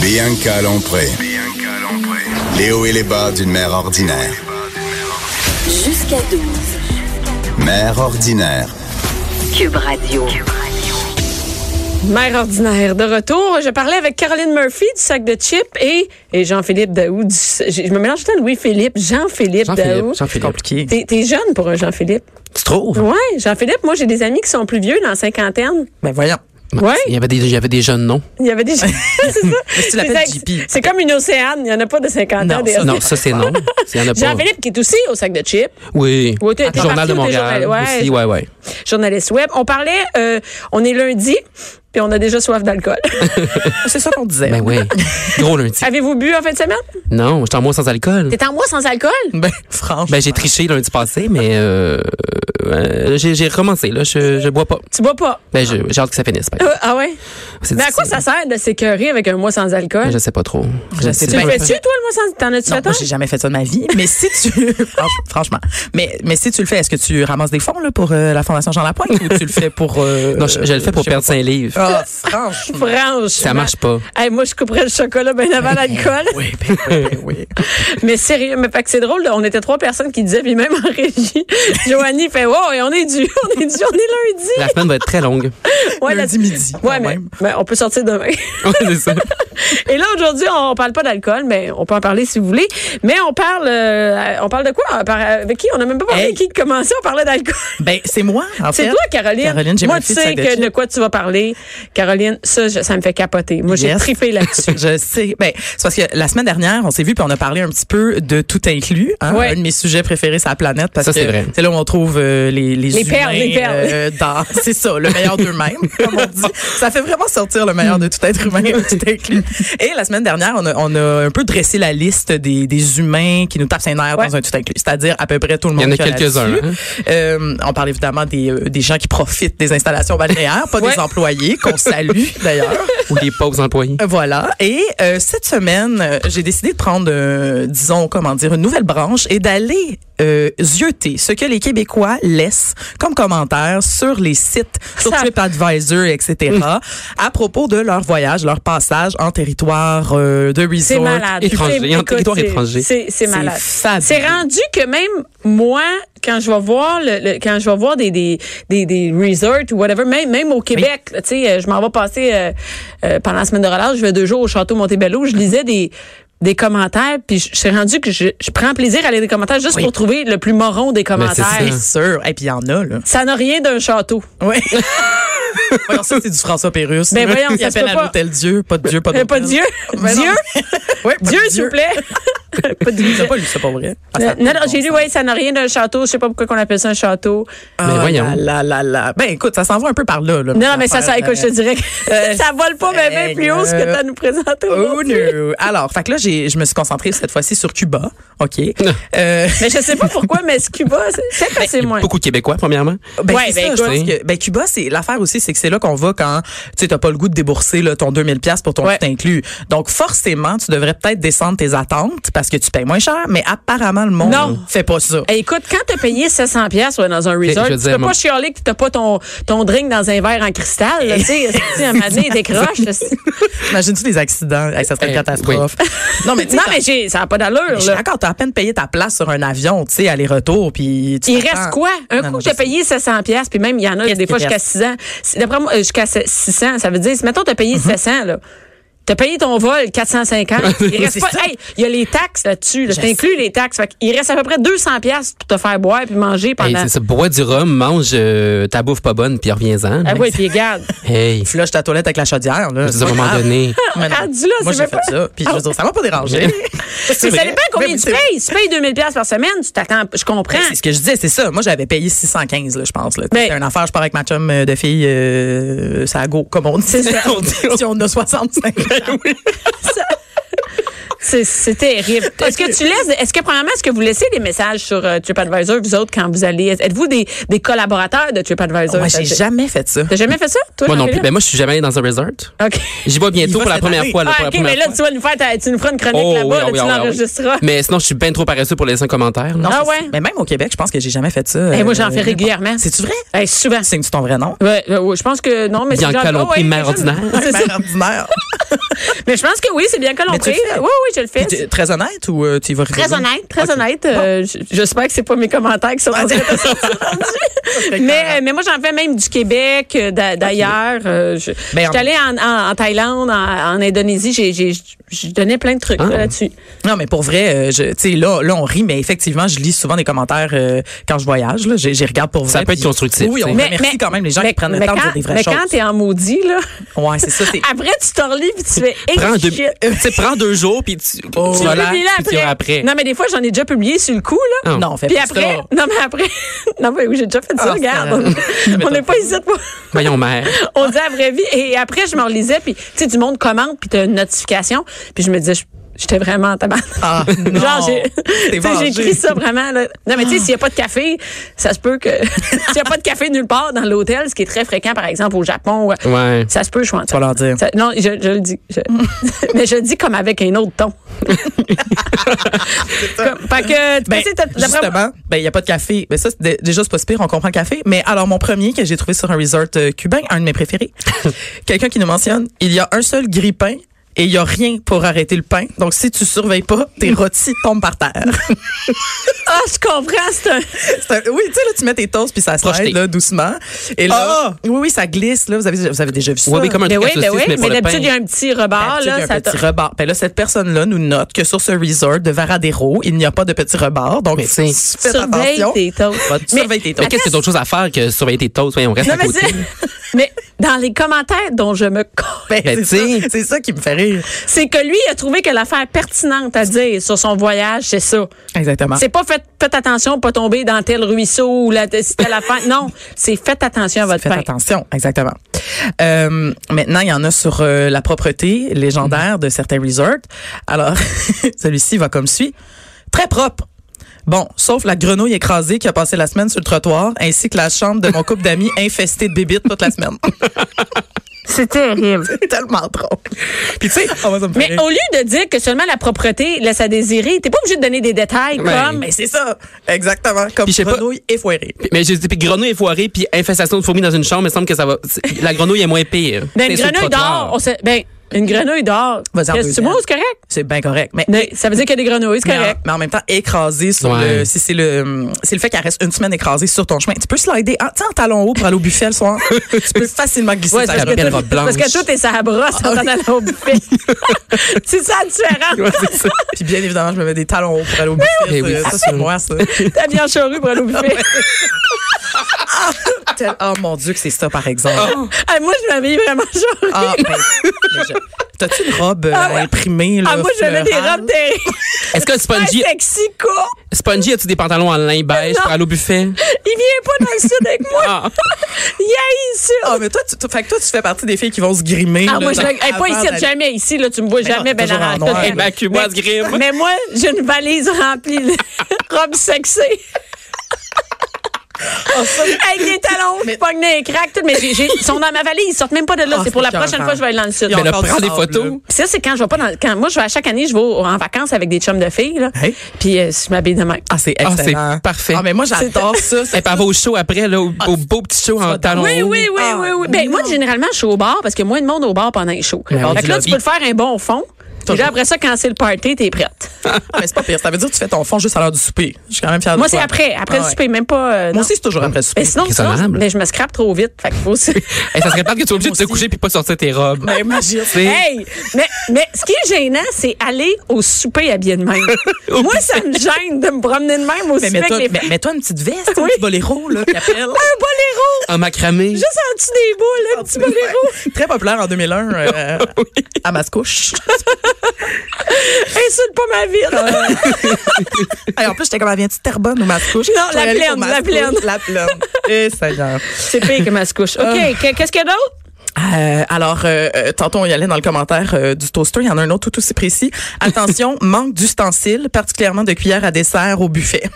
Bianca Lompré. Les hauts et les bas d'une mère ordinaire. Jusqu'à 12. Mère ordinaire. Cube Radio. Mère ordinaire, de retour. Je parlais avec Caroline Murphy du sac de chips et, et Jean-Philippe Daou. Du, je me mélange tout le temps Louis-Philippe, Jean-Philippe Daou. Jean-Philippe, Jean-Philippe. Compliqué. T'es t'es jeune pour un Jean-Philippe. Tu trouves? Ouais, Jean-Philippe, moi j'ai des amis qui sont plus vieux, dans la cinquantaine. Ben voyons. Ouais. Il y avait des, il y avait des jeunes noms. Il y avait des. c'est ça. Si tu l'appelles C'est ça, JP. C'est comme une océane, il n'y en a pas de cinquantaine. Non, des- ça, Non, ça, c'est non. Il y en a pas. Jean-Philippe qui est aussi au sac de chips. Oui. Ouais, t'es- t'es Journal parti de ou t'es Montréal. journal- ouais. aussi, ouais, ouais. journaliste web. On parlait, euh, on est lundi, puis on a déjà soif d'alcool. Ah, C'est ça qu'on Euh. disait. Ben oui. Gros lundi. Avez-vous bu en fin de semaine? Non, j'étais en moins sans alcool. T'es en mois sans alcool? Ben, franchement. Ben, j'ai triché lundi passé, mais euh, euh, j'ai j'ai recommencé. Là, je, je bois pas. Tu bois pas? Ben, je- j'ai hâte que ça finisse. par Euh, exemple. ah ouais? C'est Mais à quoi difficile. ça sert de s'écœurer avec un mois sans alcool? Ben, Je sais pas trop. Je sais Tu pas. Ben, le fais-tu, toi, le mois sans T'en as-tu Non, fait un? moi, j'ai jamais fait ça de ma vie. Mais si tu, franch- franchement, mais, mais si tu le fais, est-ce que tu ramasses des fonds là, pour euh, la Fondation Jean Lapointe ou tu le fais pour... euh, Non, je, je le fais pour je sais perdre 5 livres. pas. Ah, franchement. Franchement. Ça marche pas. Hey, moi, je couperais le chocolat bien avant l'alcool. Oui, ben, oui, ben, oui. Mais sérieux, mais fait que c'est drôle, là, on était trois personnes qui disaient, puis même en régie, Joanie fait, wow, et on est dû, on est dû, on est lundi. La semaine va être très longue. Ouais, Lundi midi, quand Ouais, mais, même. mais on peut sortir demain. Ouais, c'est ça. Et là, aujourd'hui, on parle pas d'alcool, mais on peut en parler si vous voulez. Mais on parle, euh, on parle de quoi? On parle- avec qui? On n'a même pas parlé Hey. de qui commençait, on parlait d'alcool. Ben, c'est moi, en fait. C'est toi, Caroline. Caroline, j'ai Moi, ma tu fille de sais sac de que chips. de quoi tu vas parler. Caroline, ça, je- ça me fait capoter. Moi, j'ai Yes. trippé là-dessus. Je sais. Ben, c'est parce que la semaine dernière, on s'est vu puis on a parlé un petit peu de tout inclus. hein. Ouais. Un de mes sujets préférés, c'est la planète. Parce Ça, que c'est vrai. C'est là où on trouve euh, les, les, Les humains, perles, les perles. euh, dans, c'est ça, le meilleur d'eux-mêmes, comme on dit. Ça fait vraiment sortir le meilleur de tout être humain, tout inclus. Et la semaine dernière, on a, on a un peu dressé la liste des, des humains qui nous tapent ses nerfs Ouais. dans un tout inclus. C'est-à-dire à peu près tout le Il monde. y en a qu'il quelques-uns, là-dessus. hein. Euh, on parle évidemment des, euh, des gens qui profitent des installations balnéaires, pas Ouais. des employés qu'on salue d'ailleurs. Ou les pauvres employés. Euh, Voilà. Et euh, cette semaine, euh, j'ai décidé de prendre, euh, disons, comment dire, une nouvelle branche et d'aller euh, zioter ce que les Québécois laissent comme commentaires sur les sites, sur Ça- TripAdvisor, etc., à propos de leur voyage, leur passage en territoire euh, de resort. C'est malade. Étranger, C'est- en écoute, territoire c'est- étranger. C'est c'est C'est malade. fabuleux. C'est rendu que même moi, quand je vais voir le, le- quand je vais voir des des des, des resorts ou whatever, même même au Québec, là, tu sais, euh, je m'en vais passer euh, euh, pendant la semaine de relâche, je vais deux jours au château Montebello, je lisais des des commentaires, puis je je suis rendu que je, je prends plaisir à lire des commentaires juste Oui. Ben, pour trouver le plus moron des c'est commentaires. ça. Sûr. Et puis il y en a, là. Ça n'a rien d'un château. Oui. voyons, ça, c'est du François Pérus. Ben voyons, ça il se appelle peut à pas. l'hôtel Dieu. Pas de Dieu, pas de Euh, Pas Dieu. Ben non. Dieu, Ouais, pas Dieu, de s'il vous plaît. Pas de Dieu. T'as pas lu, c'est pas vrai. Ah, ça Euh, a Non, pas non, de j'ai bon lu, sens. ouais, ça n'a rien d'un château. Je sais pas pourquoi qu'on appelle ça un château. Ah, Mais voyons. Là, là, là. Ben, écoute, ça s'en va un peu par là. là Non, non, mais ça, ça, écoute, je te dirais que euh, ça vole pas même euh, plus haut ce que tu as nous présenté Oh, aujourd'hui. no. Alors, fait que là, j'ai- je me suis concentrée cette fois-ci sur Cuba. OK. Euh, Mais je sais pas pourquoi, mais ce Cuba, c'est- c'est assez moins. Beaucoup de Québécois, premièrement. ben, Ouais, c'est ben, ça, je écoute. pense que- ben, Cuba, c'est l'affaire aussi, c'est que c'est là qu'on va quand tu sais, t'as pas le goût de débourser là, ton 2000 pièces pour ton Ouais. tout inclus. Donc forcément, tu devrais peut-être descendre tes attentes parce que tu payes moins cher, mais apparemment le monde Non. fait pas ça. Hey, Eh, écoute, quand t'as payé 700 pièces ouais, dans un resort, je tu veux dire, peux moi- pas chialer que t'as pas ton, ton drink dans un verre en cristal. là, Tu sais, Tu sais, un moment donné, il décroche. là, c'est- Imagine-tu des accidents, Hey, ça serait une Eh, catastrophe. Non mais tu sais, Euh, Non, t'as- mais j'ai- ça n'a pas Mais d'allure. je suis là. d'accord, t'as à peine payé ta place sur un avion, tu sais, aller-retour, puis tu Il t'attends. reste quoi? Un Non, coup non, que t'as je sais. payé 700 pièces puis même, il y en a Qu'est-ce des fois qui jusqu'à reste? 600. Mm-hmm. Si- D'après moi, euh, jusqu'à 600, ça veut dire, si, mettons, t'as payé 700, là. T'as payé ton vol 450. Il reste C'est pas, ça. hey, il y a les taxes là-dessus, là. Je T'inclus les taxes. Fait il reste à peu près 200 pièces pour te faire boire puis manger Hey, pendant. c'est ça. Bois du rhum, mange euh, ta bouffe pas bonne, puis reviens-en. ah oui, puis regarde. Hey. flush ta toilette avec la chaudière. Là. Je veux dire, à un moment donné. Mais non. Rendu là, c'est Moi, j'ai même fait pas- ça. Puis je veux dire, ça m'a pas dérangé. Mais ça C'est vrai. dépend combien Mais tu c'est- payes. Si tu payes 2000 pièces par semaine, tu t'attends, je comprends. Mais C'est ce que je disais, c'est ça. Moi, j'avais payé 615, là, je pense. Là. Mais- C'est une affaire, je pars avec ma chum euh, de fille, euh, ça go, comme on dit. C'est ça. On Ben dit, si on a 65 ans. C'est- C'est terrible. Est-ce que tu laisses, est-ce que premièrement, est-ce que vous laissez des messages sur euh, TripAdvisor, vous autres, quand vous allez, êtes-vous des, des collaborateurs de TripAdvisor? Ah, Moi, Ça j'ai fait- jamais fait ça. T'as jamais fait ça, toi? Moi non plus. Jean-Philippe? Ben, moi, je suis jamais allé dans un resort. OK. J'y vais bientôt va pour la cette première année. fois. là, Ah, pour la OK, première mais là, fois. tu vas nous faire, ta- tu nous feras une chronique Oh, là-bas, oui, là, ah, oui, ah, tu oui. l'enregistreras. Mais sinon, je suis bien trop paresseux pour laisser un commentaire. Ah c'est- ouais? Mais même au Québec, je pense que j'ai jamais fait ça. Eh, moi, Euh, j'en fais régulièrement. C'est-tu vrai? Eh, souvent. euh, C'est ton vrai nom? Ouais, ouais, ouais, je pense que non, mais Bianca genre- Lompré, ouais, mère je- ordinaire. C'est ça. Mère ordinaire. Mais je pense que oui, c'est bien que l'on Mais tu le prie. fais? Oui, oui, je le fais. Puis t'es Très honnête ou euh, tu y vas Très rigoler? honnête, très Ok. honnête. Ah. Euh, j- J'espère que c'est pas mes commentaires qui sont en train de sortir rendus. mais, euh, mais moi, j'en fais même du Québec, euh, d'a- d'ailleurs. Euh, je Ben, j'étais en- allée en, en- en Thaïlande, en, en Indonésie. J'ai- j'ai- J'ai donné plein de trucs Ah. là, là-dessus. Non, mais pour vrai, euh, je- tu sais, là, là, on rit, mais effectivement, je lis souvent des commentaires euh, quand je voyage. Là, j'ai, j'y regarde pour vrai. Ça peut être puis- constructif, Oui, tu on sais. mais, remercie quand même les gens mais- qui prennent le mais temps de quand- dire des vraies Mais choses. quand t'es en maudit, là, Ouais, c'est ça. c'est- après, tu t'en relis puis tu fais hey, Prends deux, shit. tu sais, prends deux jours, puis tu, Oh. tu Tu relaxes, Publie-la puis tu iras après. Non, mais des fois, j'en ai déjà publié sur le coup, là. Ah. Non, fais Puis pas après, ça. non, mais après, non, mais oui, j'ai déjà fait ça, Ah, regarde. On n'est pas ici pour. Voyons, mère. On dit la vraie vie. Et après, je me relisais, puis, tu sais, du monde commente, puis t'as une notification. Puis je me disais, je- j'étais vraiment en tabarnak. Ah, non. Genre, j'ai T'es tu sais, j'ai vengé. écrit ça vraiment. là. Non, mais tu sais, s'il n'y a pas de café, ça se peut que. s'il n'y a pas de café nulle part dans l'hôtel, ce qui est très fréquent, par exemple, au Japon, ouais, Ouais. ça se peut, je suis en Tu vas leur dire. ça- non, je, je le dis. Je- mais je le dis comme avec un autre ton. Comme- fait que, tu Ben, sais, t'as- d'après- justement, ben il y a pas de café. Ben ça c'est dé- déjà c'est pas si pire, on comprend le café. Mais alors mon premier que j'ai trouvé sur un resort euh, cubain, un de mes préférés, quelqu'un qui nous mentionne, il y a un seul gris pain et il y a rien pour arrêter le pain. Donc si tu surveilles pas, tes rôtis tombent par terre. Ah, je comprends, c'est un. C'est un- Euh, oui, tu sais là tu mets tes toasts puis ça Projeté. slide là doucement et là Ah! oui oui ça glisse là, vous avez vous avez déjà vu ça. Ouais, mais comme un Ben truc oui, à ben saucisse, oui. mais Mais pas le pain. d'habitude, il y a un petit rebord, D'habitude, Ben, il y a Ah, là. un Ça petit te- rebord. Ben là, cette personne-là nous note que sur ce resort de Varadero, il n'y a pas de petit rebord. Donc, Mais c'est- faites surveille attention. tes toasts. Va- surveille tes Mais toasts. qu'est-ce que d'autres choses à faire que surveiller tes toasts? Voyons, on reste Non, à mais, côté. c'est- mais dans les commentaires dont je me. Ben, Ben, c'est t'sais. ça- c'est ça qui me fait rire. C'est que lui, il a trouvé que l'affaire pertinente à dire sur son voyage, c'est ça. Ah. Exactement. C'est pas faites, faites attention, pas tomber dans tel ruisseau ou la, si telle affaire. Non, c'est faites attention à votre Faites pain. attention, exactement. Euh, maintenant, il y en a sur euh, la propreté légendaire de certains resorts. Alors, celui-ci va comme suit. Très propre. Bon, sauf la grenouille écrasée qui a passé la semaine sur le trottoir, ainsi que la chambre de mon couple d'amis infestée de bébites toute la semaine. C'est terrible. Tellement drôle. Puis tu sais, oh, moi, ça me fait Mais rire. au lieu de dire que seulement la propreté laisse à désirer, t'es pas obligé de donner des détails Ouais. comme Mais c'est ça, exactement, comme Puis je sais pas- grenouille effoirée. Mais j'ai dit, puis grenouille est foirée, puis infestation de fourmis dans une chambre, il me semble que ça va. c'est- La grenouille est moins pire. ben, C'est une sur le grenouille trottoir. d'or. on sait- Ben, une grenouille d'or. Vas-y en Qu'est-ce que tu deuxième. vois, c'est correct? C'est bien correct. Mais Mais ça veut dire qu'il y a des grenouilles, c'est Mais en- correct. Mais en, même temps, écrasé sur Ouais. le. Si c'est le, hum, c'est le fait qu'elle reste une semaine écrasée sur ton chemin. Tu peux slider en, tu sais, en talon haut pour aller au buffet le soir. tu peux facilement glisser Ouais, sur c'est la parce, robe. belle que tout, robe parce blanche. Ah que tout est sa brosse en allant au buffet. c'est ça la différence. Ouais, c'est ça. Puis bien évidemment, je me mets des talons hauts pour aller au buffet. oui. ça, Eh oui, ça, c'est c'est sûr. moi, ça. T'as bien charrue pour aller au buffet. Tel- oh mon Dieu, que c'est ça, par exemple. Ah, moi, je m'habille vraiment charrue. Ah, ben, mais je- T'as-tu une robe euh, imprimée? Là, Ah, moi, je mets des fleurale? robes terribles. Est-ce que Spongy, Très sexy, court. Spongy, as-tu des pantalons en lin beige Non. pour aller au buffet? Il vient pas dans le sud avec moi. Ah. Il est ici. Ah, mais toi tu, tu- fait que toi, tu fais partie des filles qui vont se grimer. Ah, là, moi, je dans- hey, pas avant ici, d'aller- jamais ici, là, tu me vois Mais non, jamais, ben, toujours en la noir. raconte. Évacue-moi ce grime. Mais moi, j'ai une valise remplie de robes sexy. Ah, Avec des talons, je pogne des cracks, tout, mais j'ai- j'ai- ils sont dans ma valise, ils sortent même pas de là. Ah, c'est pour la c'est prochaine écœurant. fois que je vais aller dans le sud. Ils ont Mais Ben, là, encore du prends des sable, photos. là. Puis ça, c'est quand je vais pas dans. Quand, moi, je vais à chaque année, je vais au- en vacances avec des chums de filles, là. Hey. Puis euh, je m'habille de même. Ah, c'est Ah, excellent. c'est parfait. Eh, Ah, mais moi, j'adore ça. Et c'est- puis elle va au show après, là, au, au beau petit show en talons Oui, hauts. oui, oui, Ah, oui, oui. Ben, non. moi, généralement, je suis au bar parce qu'il y a moins de monde au bar pendant les shows. Ben oui, fait du que là, lobby. tu peux te faire un bon fond. Puis là, après ça, quand c'est le party, t'es prête. Ah, mais c'est pas pire. Ça veut dire que tu fais ton fond juste à l'heure du souper. Je suis quand même fière de Moi, c'est toi. après. Après Ah, le ouais. souper, même pas. euh, non. Moi aussi, c'est toujours après le souper. Ben, sinon, sinon, Raisonnable. ben, je me scrape trop vite. Fait que faut aussi- Eh, ça serait pas que tu sois obligé de te Moi aussi. coucher puis pas sortir tes robes. Ben, imagine. C'est- Hey! Mais, mais ce qui est gênant, c'est aller au souper habillé de même. Moi, ça me gêne de me promener de même au Mais souper mets-toi avec les mais- mets-toi une petite veste, un Oui. petit boléro, là, qui appelle. Un boléro! En macramé. Juste en dessous des boules, un petit boléro. Très populaire en 2001 euh, à Mascouche. Insulte pas ma vie. Et en plus, j'étais comme, elle vient-tu de Terrebonne ou Mascouche? Non, Je vais la aller pour plaine, la Mascouche, plaine. La plaine. Eh, Seigneur. C'est pire que ma Ah. couche. OK, que- qu'est-ce qu'il y a d'autre? Euh, alors, euh, euh, tantôt, on y allait dans le commentaire euh, du toaster. Il y en a un autre tout aussi précis. Attention, manque d'ustensiles, particulièrement de cuillères à dessert au buffet.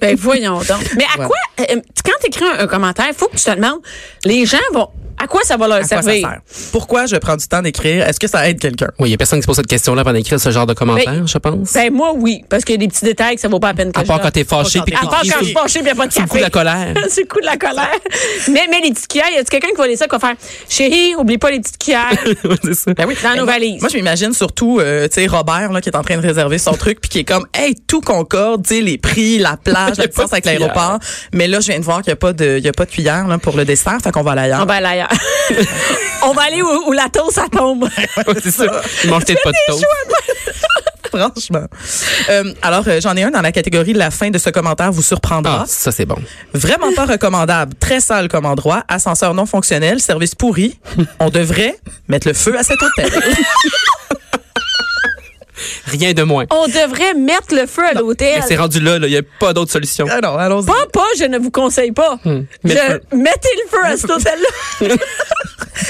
Ben voyons donc. Mais à Ouais. quoi, euh, quand tu écris un, un commentaire, il faut que tu te demandes, les gens vont À quoi ça va leur À quoi ça servir? sert? Pourquoi je prends du temps d'écrire? Est-ce que ça aide quelqu'un? Oui, il n'y a personne qui se pose cette question-là avant d'écrire ce genre de commentaire, je pense. Ben, moi, oui. Parce qu'il y a des petits détails que ça vaut pas la peine que À je part donne. quand t'es fâché pas puis quand À part t'écris quand je sous- suis fâchée puis il n'y a pas de sous le café. coup de la colère. C'est le coup de la colère. mais, mais les petites cuillères, y a-tu quelqu'un qui va laisser ça, qui va faire Chérie, oublie pas les petites cuillères C'est ça. Ben oui, dans mais nos moi- valises. Moi, je m'imagine surtout, euh, tu sais, Robert, là, qui est en train de réserver son truc, puis qui est comme, hey, tout concorde, tu sais, les prix, la plage, Il y a pas la de distance avec cuillère. l'aéroport. Mais là, je viens de voir qu'il n'y a pas de, il y a pas de cuillère, là, pour le dessert, fait qu'on va à l'ailleurs. On va aller ailleurs. On va aller où, où la toast, ça tombe. Ouais, c'est ça. Ils mangent peut-être pas de toast. Franchement. Euh, alors, euh, j'en ai un dans la catégorie la fin de ce commentaire vous surprendra. Ah, ça, c'est bon. Vraiment pas recommandable. Très sale comme endroit. Ascenseur non fonctionnel. Service pourri. On devrait mettre le feu à cet hôtel. Rien de moins. On devrait mettre le feu à l'hôtel. Mais C'est rendu là, là. Il n'y a pas d'autre solution. Oh, ah non, allons-y. Pas, pas, je ne vous conseille pas. Mets Je- le feu. mettez le feu à cet hôtel-là.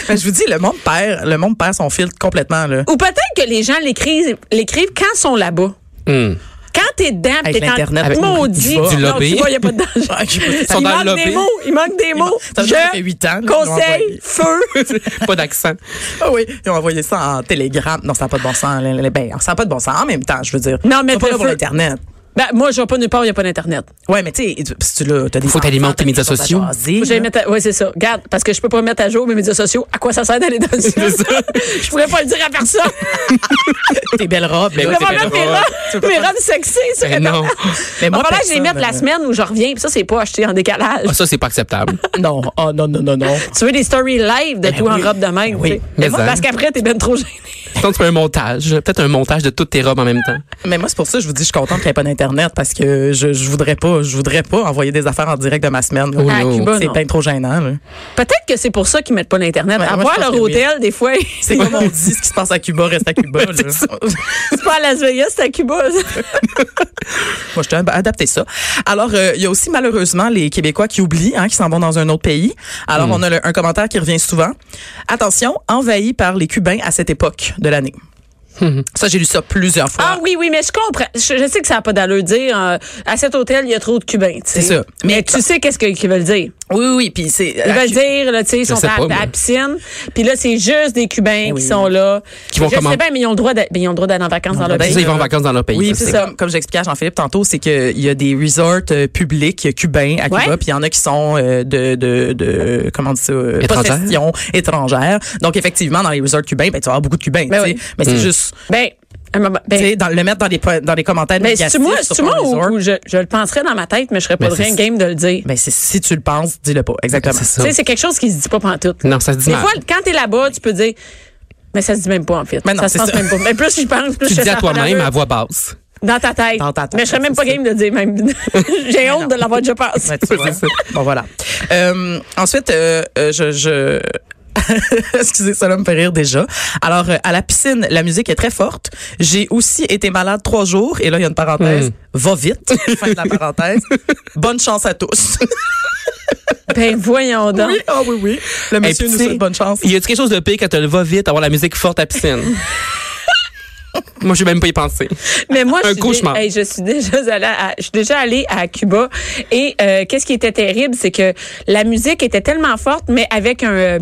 Ben, je vous dis, le monde perd, le monde perd son filtre complètement, là. Ou peut-être que les gens l'écrivent, l'écrivent quand ils sont là-bas. Hum. Quand t'es dedans, Avec t'es en l'Internet. maudit. Du Non, lobby. tu vois, y a pas de danger. sont il dans manque le des lobby. mots. Il manque des mots. Ça fait Je huit ans. là, ils l'ont conseille feu. envoyé. pas d'accent. Ah oui, ils ont envoyé ça en télégramme. Non, ça n'a pas de bon sens. là, là, Ben, ça n'a pas de bon sens en même temps, je veux dire. Non, mais Ils sont pas le là pour feu- l'Internet. Ben, moi, je vais pas nulle part, il n'y a pas d'Internet. Ouais, mais tu sais, tu- si tu l'as, t'as des Faut enfants, t'alimenter t'as tes des médias choses à sociaux. jaser, Faut que j'aille là. mettre à- Ouais, c'est ça. Garde, parce que je peux pas mettre à jour mes médias sociaux. À quoi ça sert d'aller dans le sud? Je pourrais pas le dire à personne. tes belles robes. Ben Je là. oui, pourrais tes pas belles mettre mes robes. Tu robes, peux mes pas- robes sexy sur Ben non. Internet. Mais Bon, moi, là, je les personne, mets la euh, semaine où je reviens. Puis ça, c'est pas acheté en décalage. Ah, ça, c'est pas acceptable. Non, oh non, non, non, non. Tu veux des stories live de toi ben oui. en robe de même. Oui. tu sais. Mais ça. parce qu'après, t'es ben trop gêné. Sinon, tu fais un montage. Peut-être un montage de toutes tes robes en même temps. Mais moi, c'est pour ça que je vous dis, je suis contente qu'il n'y ait pas d'Internet parce que je, je voudrais pas, je voudrais pas envoyer des affaires en direct de ma semaine. là. Oui, À oui, Cuba, c'est non. bien trop gênant, là. Peut-être que c'est pour ça qu'ils mettent pas l'Internet. Ouais, à moi, voir je pense leur que oui. hôtel, des fois, C'est comme on dit, ce qui se passe à Cuba reste à Cuba. là. c'est pas à Las Vegas, c'est à Cuba. Ah. ça. Moi, je t'ai adapté ça. Alors, euh, il y a aussi malheureusement les Québécois qui oublient, hein, qui s'en vont dans un autre pays. Alors, on a le- un commentaire qui revient souvent. Attention, envahi par les Cubains à cette époque de l'année. Ça, j'ai lu ça plusieurs fois. ah oui, oui, mais je comprends. Je, je sais que ça n'a pas d'allure de dire euh, à cet hôtel, il y a trop de Cubains. tu sais. C'est ça. Mais, Mais- tu sais qu'est-ce que- qu'ils veulent dire. Oui, oui, oui, puis c'est... Ils veulent dire, là, tu sais, ils Je sont sais à, pas, à moi. la piscine. Puis là, c'est juste des Cubains Eh oui. qui sont là. Qui vont je comment- sais bien, mais ils ont le droit d'être- mais ils ont le droit d'aller en vacances dans leur Ben, C'est pays. ça, ils vont en vacances dans leur pays. Oui, ça, puis c'est c'est comme, comme j'expliquais à Jean-Philippe tantôt, c'est qu'il y a des resorts euh, publics euh, cubains à Cuba, Ouais. puis il y en a qui sont euh, de, de, de, comment on dit ça, euh, Étrangères. possession étrangère. Donc, effectivement, dans les resorts cubains, ben, tu vas avoir beaucoup de Cubains, Ben tu sais. oui. mais c'est juste... Ben, à un moment- ben, tu sais, dans, le mettre dans les, po- dans les commentaires ben, négatifs c'est-tu moi, sur c'est-tu ton moi resort. ou, ou je, je le penserais dans ma tête, mais je serais pas Mais de rien c'est- game de le dire. Ben, c'est si tu le penses, dis-le pas. Exactement. C'est ça. Tu sais, c'est quelque chose qui se dit pas pantoute. Non, ça se dit Des mal. fois, quand t'es là-bas, tu peux dire. Mais ça se dit même pas, en fait. Mais Ben non, ça se c'est pense ça. même pas. Mais plus je pense, plus Tu je sais le dis à ça a pas toi-même d'allure. à voix basse. Dans ta tête. Dans ta tête, ben, Mais je serais même c'est pas ça. Ben game de dire même. J'ai honte de l'avoir déjà passé. Ouais, tu vois. bon, voilà. Euh, ensuite, euh, euh, je... je- Excusez, ça là me fait rire déjà. Alors, euh, à la piscine, la musique est très forte. J'ai aussi été malade trois jours. Et là, il y a une parenthèse. Va vite. fin de la parenthèse. Bonne chance à tous. Ben, voyons donc. Ah oui, oui. Le Hey, monsieur puis nous tu sais, souhaite bonne chance. Y a-tu quelque chose de pire quand tu le vas vite, avoir la musique forte à piscine? Moi, je vais même pas y penser. Mais moi, Un je suis, cauchemar. dé- hey, je suis déjà allée à, je suis déjà allée à Cuba et euh, qu'est-ce qui était terrible, c'est que la musique était tellement forte, mais avec un euh,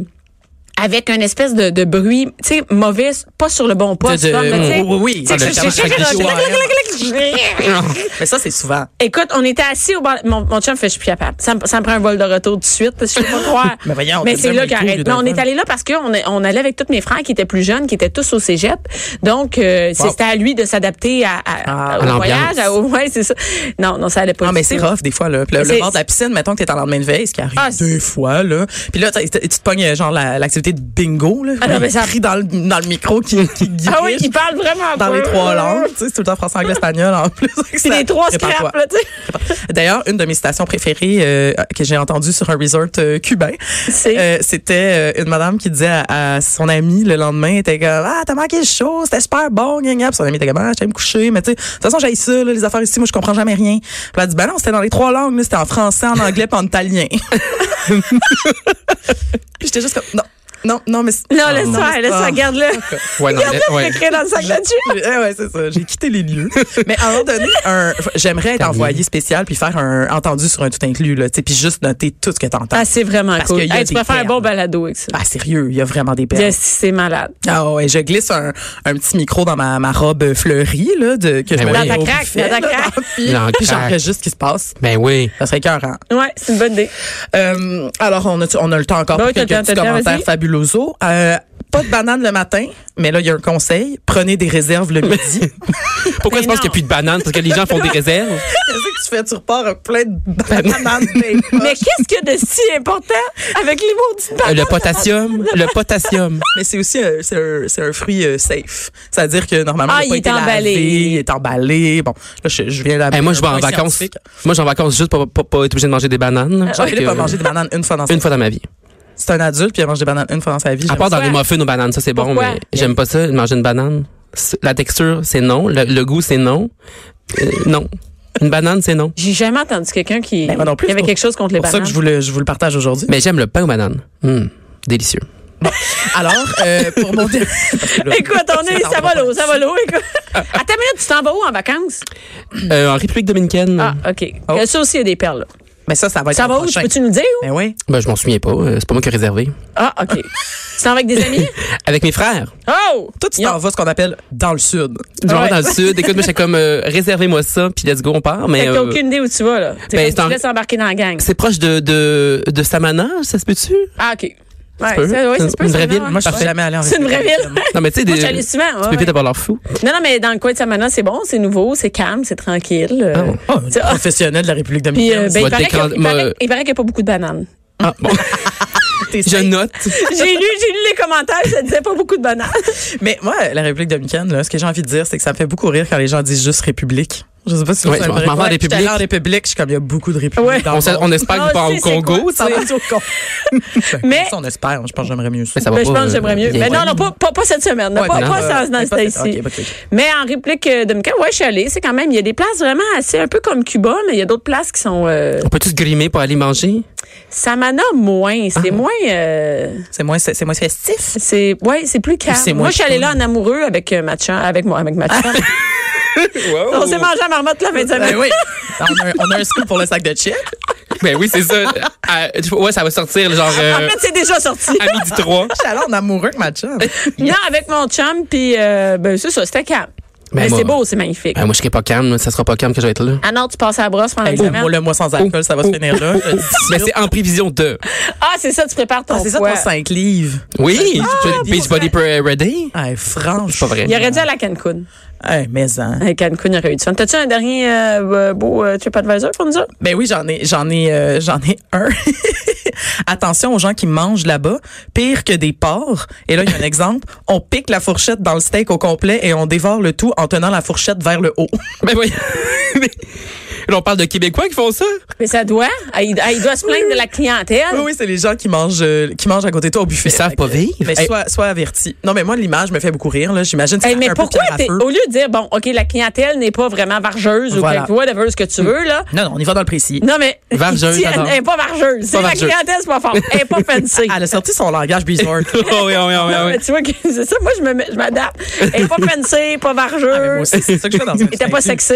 avec une espèce de, de bruit, tu sais, mauvais, pas sur le bon poste. De- de- comme, là, tu sais. oui, oui, oui. Tu sais, Ah, je- le- je- je- je- je- Mais ça, c'est souvent. Écoute, on était assis au bar. Mon, mon chum fait, je suis plus capable. Ça, me- ça me prend un vol de retour tout de suite. parce que Je peux pas croire. Mais voyons, Mais t'as c'est jamais là le coup, qu'arrête. lui, Non, on d'un est vol. allé là parce qu'on est- on allait avec tous mes frères qui étaient plus jeunes, qui étaient tous au cégep. Donc, euh, Wow. c'était à lui de s'adapter à, à- Ah, au à voyage. à- au- ouais, c'est ça. Non, non, ça allait pas. Non, du mais tout. c'est rough, des fois, là. Puis Le, le C'est- bord de la piscine, mettons que t'es en lendemain de veille, ce qui arrive Ah, c'est- deux fois, là. Puis là, t'as- t'as- tu te pognes, euh, genre, la- l'activité de bingo, là. Ah, non, Il mais ça- crie dans le, dans le micro qui, qui Ah oui, griche il parle vraiment dans les pas. trois langues. Tu sais, c'est tout le temps français, anglais, espagnol, en plus. C'est les trois scraps, là, tu sais. D'ailleurs, une de mes citations préférées euh, que j'ai entendue sur un resort euh, cubain, C'est? euh, c'était euh, une madame qui disait à, à son ami le lendemain, était comme ah t'as manqué le show, c'était super bon, gna gna. Puis son ami était comme ah j'allais me coucher, mais tu sais de toute façon j'ai ça là, les affaires ici, moi je comprends jamais rien. Puis elle a dit ben non c'était dans les trois langues, là, c'était en français, en anglais, puis en italien. Puis j'étais juste comme non. Non, non, mais. Non, laisse ça, laisse ça, garde-le. Ouais, non, Garde-le ouais. secret dans le sac là-dessus. Ouais, ouais, c'est ça. J'ai quitté les lieux. Mais à un moment donné, un- j'aimerais être envoyé spécial puis faire un entendu sur un tout inclus, là. Tu sais, puis juste noter tout ce que t'entends. Ah, c'est vraiment Parce cool. qu'il y a Hey, tu des peux faire un perles. bon balado avec ça. Ah, sérieux, il y a vraiment des perles. Yes, c'est malade. Ah ouais, je glisse un, un petit micro dans ma, ma robe fleurie, là, de, que je Ben me oui. mets Dans ta au craque, buffet, dans ta là, craque. le fil. Dans la Puis craque. j'enregistre ce qui se passe. Ben oui. Ça serait écœurant. Ouais, c'est une bonne idée. Euh, alors, on a, on a le temps encore Ben pour oui, t'as quelques le temps, t'as petits le temps, commentaires vas-y. fabuloso. Euh, pas de banane le matin, mais là, il y a un conseil. Prenez des réserves le midi. Ben Pourquoi tu penses qu'il n'y a plus de bananes? Parce que les gens font des réserves. Qu'est-ce que tu fais? Tu repars avec plein de bananes. Mais qu'est-ce qu'il y a de si important avec les mots du Euh, Le potassium. Le potassium. Mais c'est aussi un, c'est un, c'est un fruit euh, safe. C'est-à-dire que normalement, Ah, il, a il pas est été lavé, emballé. il est emballé. Bon, là, je, je viens là. Eh, moi, je vais en vacances. Moi, je vais en vacances juste pour pas, pas être obligé de manger des bananes. J'en Fait ai que, Ah, pas mangé de bananes une fois dans sa Une vie. fois dans ma vie. C'est un adulte, puis il mange des bananes une fois dans sa vie. À J'aime part dans ça. des muffins aux bananes, ça c'est bon, Pourquoi? mais j'aime pas ça, manger une banane. C'est- La texture, c'est non. Le, le goût, c'est non. Euh, non. Une banane, c'est non. J'ai jamais entendu quelqu'un qui, Ben, moi non plus, qui avait c'est quelque chose contre les C'est pour ça bananes. que je vous le, je vous le partage aujourd'hui. Mais j'aime le pain aux bananes. Hum, délicieux. Alors, euh, pour mon dernier- parce que là- Écoute, on est, ça va l'eau, ça va l'eau. Écoute. Attends une minute, tu t'en vas où en vacances? Euh, en République dominicaine, Mm. Ah, OK. Oh. Ça aussi, il y a des perles. là. Mais ça, ça va être Ça le va où? prochain. Peux-tu nous le dire où? Ben oui. ben, je m'en souviens pas. euh, C'est pas moi qui ai réservé. Ah, OK. tu t'en vas avec des amis? Avec mes frères. Oh! Toi, tu t'en vas ce qu'on appelle dans le sud. Je m'en vais Ouais. dans le sud. Écoute, moi, j'étais comme, euh, réservez-moi ça, puis let's go, on part. Fait Mais que t'as euh, aucune idée où tu vas, là. T'es ben, comme, c'est tu en- te laisses embarquer dans la gang. c'est proche de, de, de Samana, ça se peut-tu? Ah, OK. Ouais, peut. ça- ouais, ça C'est se peut, une ça, vraie non, ville. ouais. Moi, je suis jamais allée en C'est une vraie République ville. dominicaine. Non, mais tu sais, des- Moi, j'allais tu souvent. ouais, peux ouais. vite avoir leur fou. Non, non, mais dans le coin de Samana, c'est bon, c'est nouveau, c'est calme, c'est tranquille. euh, Oh, tu sais, ah, professionnel de la République Puis, euh, dominicaine. ben, il Moi, paraît t'es qu'il y a- il grand- paraît- moi- il paraît qu'il n'y a pas beaucoup de bananes. Ah, bon. T'es je safe. note. J'ai lu, j'ai lu les commentaires, ça disait pas beaucoup de bananes. Mais moi, la République dominicaine, là, ce que j'ai envie de dire, c'est que ça me fait beaucoup rire quand les gens disent juste République. Je sais pas si vous Ouais, savez je m'en- je m'en vais en Ouais, République. j'étais allée en République, je suis comme, il y a beaucoup de Républiques Ouais. dans On, le sait- monde. on espère que vous Ah, pas au si, c'est Congo, quoi, tu Ça sais. va au con. Ben, Mais- Ça, on espère. Je pense que j'aimerais mieux ça. Mais ça va Ben, je pas, pense que euh, j'aimerais mieux. bien. Mais non, non, pas, pas, pas cette semaine. là, Ouais, pas non, pas euh, dans, dans pas cette cette- ici. ok, ok, ok. Mais en réplique euh, dominicaine, ouais, je suis allée. C'est quand même, il y a des places vraiment assez un peu comme Cuba, mais il y a d'autres places qui sont. euh, On peut tous grimer pour aller manger? Samana moins. Ah. C'est moins. euh, C'est moins, c'est c'est moins festif. c'est ouais, c'est plus calme. C'est moins Moi, je suis allée là fun. Ah. en amoureux avec euh, ma chum- avec moi, avec ma chum. On s'est mangé à marmotte la fin de semaine. Oh. Ben oui. On a, on a un scoop pour le sac de chips. Ben oui, c'est ça. À- tu vois, ouais, ça va sortir genre En euh, fait, c'est déjà sorti. Ah, à midi 3. Je suis allée en amoureux avec ma chum. Non, avec mon chum, puis euh, ben, c'est ça, c'était calme. Ben, Mais moi- c'est beau, c'est magnifique. Ben, moi, je serai pas calme. là. Ça sera pas calme que je vais être là. Ah non, tu passes à la brosse pendant Hey, une le, semaine. mois, le mois sans alcool, ça va se finir là. Oh. Mais Ben, c'est en prévision de. Ah, c'est ça, tu prépares ton Ah, c'est ça foie. ton 5 livres. Ah, Oui, je- Beach Body Pre- Ready. Hey, franche. C'est pas vrai. Il aurait dû aller à Cancun. Hey, mais hein. À Cancun, il aurait eu du fun. T'as-tu un dernier euh, beau euh, TripAdvisor pour nous autres? Ben oui, j'en ai, j'en ai, euh, j'en ai un. Attention aux gens qui mangent là-bas. Pire que des porcs. Et là, il y a un exemple. On pique la fourchette dans le steak au complet et on dévore le tout en tenant la fourchette vers le haut. Ben oui. Mais- Là, on parle de Québécois qui font ça. Mais ça doit. Ah, il, ah, il doit se plaindre de la clientèle. Oui, oui, c'est les gens qui mangent, euh, qui mangent à côté de toi au buffet. Ils savent pas vivre. Mais Hey. sois, sois averti. Non, mais moi, l'image me fait beaucoup rire, là. J'imagine que Hey, c'est mais un peu pourquoi, pierre à t'es- Oh. feu. au lieu de dire, bon, OK, la clientèle n'est pas vraiment vargeuse Voilà. ou quelque- whatever ce que tu veux, là. Non, non, on y va dans le précis. Non, mais. Vargeuse, il dit, elle j'adore. n'est pas vargeuse. C'est la vargeuse. clientèle, c'est pas fort. Elle n'est pas fancy. Elle a sorti son langage bizarre. Oh, oui, oui, oui, Non, oui. mais tu vois que c'est ça. Moi, je me mets- je m'adapte. Elle n'est pas fancy, pas vargeuse. Ah, mais moi aussi, c'est ça que je fais dans un Elle était pas sexy.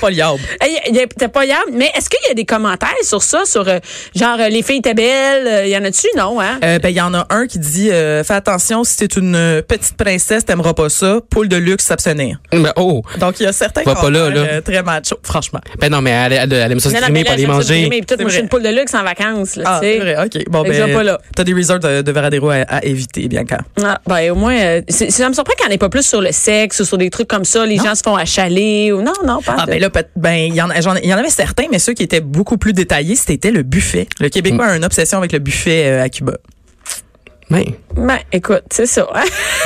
pas liable. Hey, y- y- T'es pas hier, mais est-ce qu'il y a des commentaires sur ça, sur euh, genre euh, les filles étaient belles, euh, y en a-tu non hein? Euh, ben, il y en a un qui dit euh, Fais attention, si t'es une euh, petite princesse, t'aimeras pas ça. Poule de luxe, s'abstenir. Ben, oh. Donc, il y a certains Va pas là, commentaires, là. euh, très macho, franchement. Ben non, mais elle, elle, elle aime ça se grimer pour aller manger. Mais peut-être C'est moi je suis vrai. une poule de luxe en vacances là, Ah, tu sais. c'est vrai, OK. Bon, Fait que je vais pas ben, là. t'as des resorts de, de Varadero à, à éviter, bien quand. Ah, ben au moins euh, c'est- ça me surprend qu'il n'y en ait pas plus sur le sexe ou sur des trucs comme ça, les gens se font achaler ou non non pas. Ah, ben là, peut- ben, il y, en a- j'en ai- il y en avait certains, mais ceux qui étaient beaucoup plus détaillés, c'était le buffet. Le Hmm. Québécois a une obsession avec le buffet euh, à Cuba. Ouais. Ben, écoute, c'est ça. hein.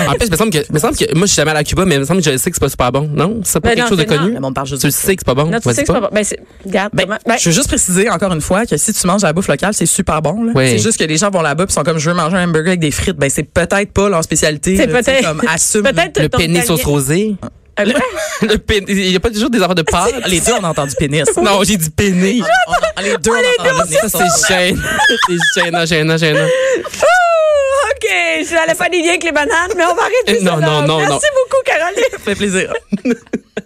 En plus, il me semble que, me semble que moi, je suis jamais allée à Cuba, mais il me semble que je sais que c'est pas super bon. Non? C'est pas Ben quelque non, chose de c'est non. connu. Le monde parle juste Tu de le sais que c'est pas bon. Non, tu vas-y sais que c'est pas bon. ben c'est regarde comment- ben, Je veux juste préciser encore une fois que si tu manges à la bouffe locale, c'est super bon. là. Oui. C'est juste que les gens vont là-bas et sont comme je veux manger un hamburger avec des frites. Ben c'est peut-être pas leur spécialité. C'est là, tu sais, peut-être- comme assume. peut-être Le ton pénis italien- sauce rosée. Ah, ouais? Le pénis. Il y a pas toujours des affaires de pâte. Les deux on a entendu pénis. Non, j'ai dit pénis. On- on- Ah, les deux on a entendu pénis. Ça, c'est gênant. C'est gênant, gênant, gênant. je n'allais pas des liens avec les bananes, mais on va arrêter ça. Non, non, non, Merci non. beaucoup, Caroline. Ça fait plaisir.